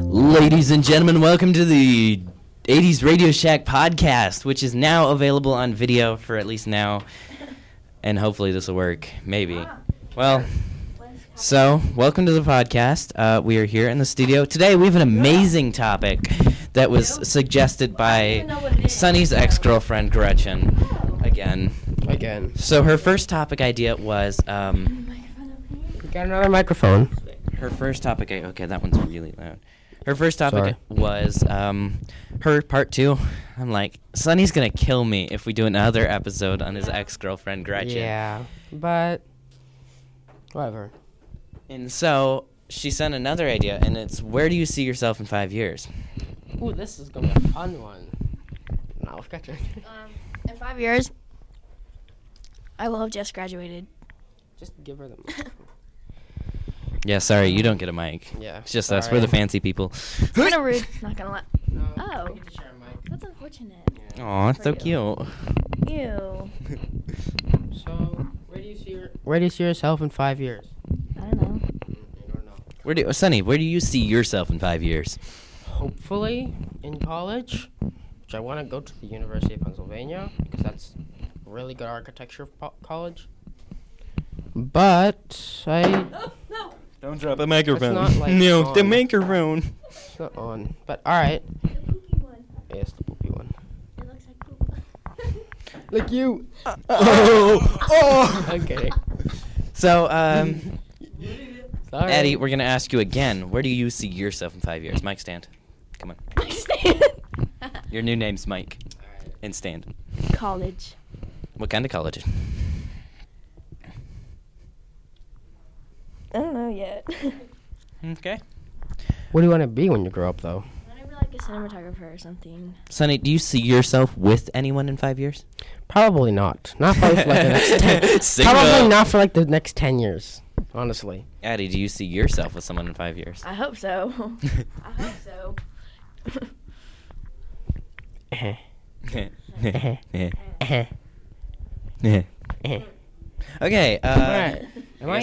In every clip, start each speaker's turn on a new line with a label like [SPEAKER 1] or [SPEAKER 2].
[SPEAKER 1] Ladies and gentlemen, welcome to the 80s Radio Shack podcast, which is now available on video for at least now. And hopefully this will work. Maybe. Well, so welcome to the podcast. Uh, we are here in the studio. Today we have an amazing topic that was suggested by Sunny's ex girlfriend, Gretchen. Again.
[SPEAKER 2] Again.
[SPEAKER 1] So her first topic idea was. Um,
[SPEAKER 2] We got another microphone.
[SPEAKER 1] Her first topic. I- Okay, that one's really loud. Her first topic
[SPEAKER 2] Sorry.
[SPEAKER 1] was um, her part two. I'm like, Sonny's gonna kill me if we do another episode on his ex girlfriend Gretchen.
[SPEAKER 2] Yeah. But whatever.
[SPEAKER 1] And so she sent another idea, and it's where do you see yourself in five years?
[SPEAKER 2] Ooh, this is gonna be a fun one. No, I've got your
[SPEAKER 3] Um, in five years, I will have just graduated.
[SPEAKER 2] Just give her the mic.
[SPEAKER 1] Yeah, sorry, you don't get a mic.
[SPEAKER 2] Yeah.
[SPEAKER 1] It's just us. We're the fancy people.
[SPEAKER 3] Kind of rude. Not gonna lie.
[SPEAKER 2] No,
[SPEAKER 3] I Oh. get
[SPEAKER 2] to share a
[SPEAKER 3] That's unfortunate.
[SPEAKER 1] Aw, so
[SPEAKER 3] For
[SPEAKER 1] cute.
[SPEAKER 3] Ew.
[SPEAKER 2] mic. So, where do you see your Where do you see yourself in five years? Mm,
[SPEAKER 3] I don't know.
[SPEAKER 2] I don't know.
[SPEAKER 1] Where do Sonny? Where do you see yourself in five years?
[SPEAKER 2] Hopefully, in college, which I want to go to the University of Pennsylvania because that's really good architecture po- college. But I
[SPEAKER 1] Don't drop a
[SPEAKER 2] microphone. not, like,
[SPEAKER 1] no, the
[SPEAKER 2] on.
[SPEAKER 1] microphone.
[SPEAKER 2] It's not on. But all right. Yes, the poopy one. Like you.
[SPEAKER 1] Oh, oh.
[SPEAKER 2] I'm kidding.
[SPEAKER 1] So, um.
[SPEAKER 2] Sorry.
[SPEAKER 1] Eddie, we're gonna ask you again. Where do you see yourself in five years? Mike Stand. Come on. Your new name's Mike and Stand.
[SPEAKER 3] College.
[SPEAKER 1] What kind of college?
[SPEAKER 3] I don't know yet.
[SPEAKER 1] Okay.
[SPEAKER 2] What do you want to be when you grow up, though?
[SPEAKER 3] Maybe like a cinematographer or something.
[SPEAKER 1] Sonny, do you see yourself with anyone in five years?
[SPEAKER 2] Probably not. Not probably for like the next ten.
[SPEAKER 1] Single.
[SPEAKER 2] Probably not for like the next ten years. Honestly.
[SPEAKER 1] Eddie, do you see yourself with someone in five years?
[SPEAKER 3] I hope so. I hope
[SPEAKER 1] Uh-huh.
[SPEAKER 3] so.
[SPEAKER 2] Uh-huh.
[SPEAKER 1] uh, okay. Uh,
[SPEAKER 2] Alright.
[SPEAKER 1] I guess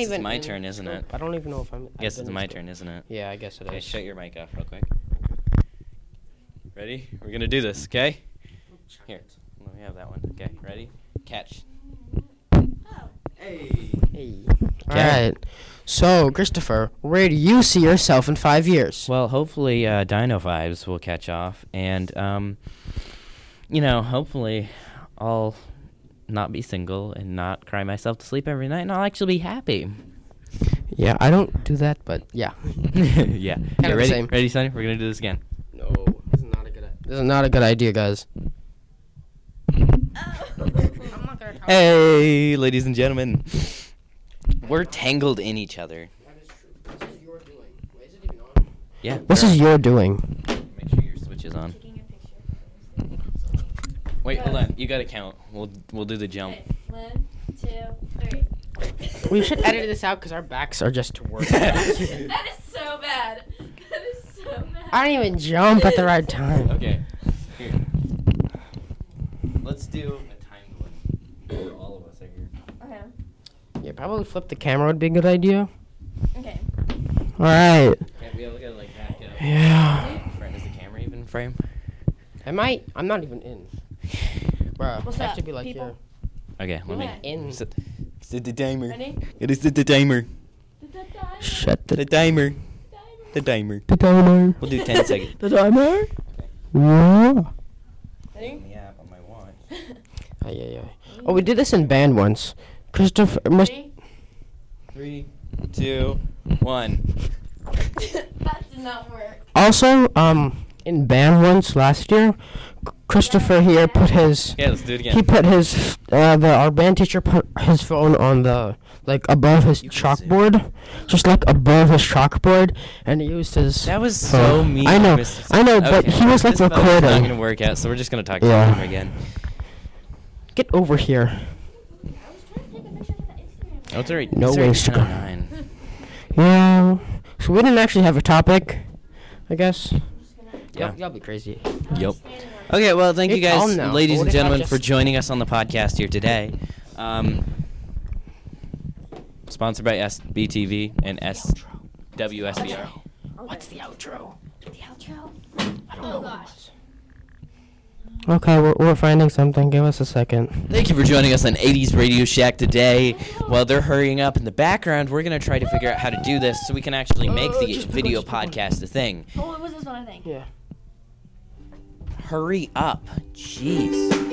[SPEAKER 1] Uh-huh. it's my turn, isn't it?
[SPEAKER 2] I don't even know if I'm.
[SPEAKER 1] I guess
[SPEAKER 2] I've
[SPEAKER 1] it's
[SPEAKER 2] been
[SPEAKER 1] my
[SPEAKER 2] in-
[SPEAKER 1] turn, isn't it?
[SPEAKER 2] Yeah, I guess it
[SPEAKER 1] Okay,
[SPEAKER 2] is.
[SPEAKER 1] shut your mic off real quick. Ready? We're gonna do this, okay? Here, let me have that one. Okay, ready? Catch. Hey.
[SPEAKER 2] Hey. All
[SPEAKER 1] Okay.
[SPEAKER 2] right. So, Christopher, where do you see yourself in five years?
[SPEAKER 1] Well, hopefully, uh, Dino vibes will catch off, and um, you know, hopefully, I'll not be single and not cry myself to sleep every night, and I'll actually be happy.
[SPEAKER 2] yeah, I don't do that, but yeah.
[SPEAKER 1] yeah.
[SPEAKER 2] the
[SPEAKER 1] yeah ready?
[SPEAKER 2] same.
[SPEAKER 1] Ready, Sonny? We're gonna do this again.
[SPEAKER 2] No, this is not a good. idea. This is not a good idea, guys.
[SPEAKER 3] Oh.
[SPEAKER 1] Hey, ladies and gentlemen, we're tangled in each other.
[SPEAKER 2] That is true. This is your doing. Wait, is it even on?
[SPEAKER 1] Yeah.
[SPEAKER 2] This
[SPEAKER 1] we're-
[SPEAKER 2] is your doing.
[SPEAKER 1] Make sure your switch is on. Wait, hold on. You gotta count. We'll we'll do the jump.
[SPEAKER 3] One, two, three.
[SPEAKER 2] We should edit this out because our backs are just to work.
[SPEAKER 3] That is so bad. That is so bad.
[SPEAKER 2] I didn't even jump at the right time.
[SPEAKER 1] Okay. Here. Let's do a timed one. For all of us, I hear.
[SPEAKER 3] Okay.
[SPEAKER 2] Yeah, probably flip the camera would be a good idea.
[SPEAKER 3] Okay.
[SPEAKER 2] All right.
[SPEAKER 1] Can't we all gotta like back up?
[SPEAKER 2] Yeah.
[SPEAKER 1] Right, is the camera even in frame?
[SPEAKER 2] I might. I'm not even in. Bruh,
[SPEAKER 3] What's
[SPEAKER 2] I have
[SPEAKER 3] up,
[SPEAKER 2] to be like
[SPEAKER 3] people?
[SPEAKER 2] here.
[SPEAKER 1] Okay, let me.
[SPEAKER 3] Yeah.
[SPEAKER 2] In.
[SPEAKER 1] Sit. Sit the timer.
[SPEAKER 3] Ready?
[SPEAKER 1] It is the, the timer.
[SPEAKER 2] Shut
[SPEAKER 1] The timer. The timer.
[SPEAKER 2] the timer.
[SPEAKER 1] We'll do 10 seconds.
[SPEAKER 2] The timer. Yeah.
[SPEAKER 3] Ready?
[SPEAKER 1] Yeah, on my watch.
[SPEAKER 2] Ay, ay, ay. Oh, we did this in band once. Christopher. Must,
[SPEAKER 1] Three,
[SPEAKER 3] Ready?
[SPEAKER 1] two, one.
[SPEAKER 3] that did not work.
[SPEAKER 2] also, um, in band once last year, C- Christopher here put his.
[SPEAKER 1] Yeah, let's do it again.
[SPEAKER 2] He put his uh, the our band teacher put his phone on the like above his
[SPEAKER 1] You can zoom.
[SPEAKER 2] chalkboard, just like above his chalkboard, and he used his.
[SPEAKER 1] That was so
[SPEAKER 2] phone.
[SPEAKER 1] mean.
[SPEAKER 2] I know,
[SPEAKER 1] Mr.
[SPEAKER 2] I know,
[SPEAKER 1] Sutton.
[SPEAKER 2] but he was like
[SPEAKER 1] this phone's not
[SPEAKER 2] recording.
[SPEAKER 1] gonna work out, so we're just gonna talk to
[SPEAKER 2] Yeah.
[SPEAKER 1] the camera again.
[SPEAKER 2] Get over here.
[SPEAKER 3] I was trying to take a picture for the
[SPEAKER 1] Oh, it's already
[SPEAKER 2] No
[SPEAKER 1] it's already
[SPEAKER 2] ways to go.
[SPEAKER 1] 10:09.
[SPEAKER 2] Yeah. So we didn't actually have a topic, I guess.
[SPEAKER 1] Yeah.
[SPEAKER 2] Y'all be crazy.
[SPEAKER 1] Yep. Okay, well, thank you
[SPEAKER 2] It's
[SPEAKER 1] guys,
[SPEAKER 2] on now.
[SPEAKER 1] ladies and
[SPEAKER 2] What if I
[SPEAKER 1] gentlemen,
[SPEAKER 2] just-
[SPEAKER 1] for joining us on the podcast here today. Um, sponsored by SBTV and SWSBR.
[SPEAKER 2] What's the outro?
[SPEAKER 3] the outro?
[SPEAKER 2] I don't
[SPEAKER 3] Oh,
[SPEAKER 2] know
[SPEAKER 3] gosh.
[SPEAKER 2] gosh. Okay, we're, we're finding something. Give us a second.
[SPEAKER 1] Thank you for joining us on 80s Radio Shack today. While they're hurrying up in the background, we're going to try to figure out how to do this so we can actually make
[SPEAKER 2] Uh,
[SPEAKER 1] the
[SPEAKER 2] just pick one,
[SPEAKER 1] video
[SPEAKER 2] just pick one.
[SPEAKER 1] podcast a thing.
[SPEAKER 3] Oh, it was this one, I think.
[SPEAKER 2] Yeah.
[SPEAKER 1] Hurry up. Jeez.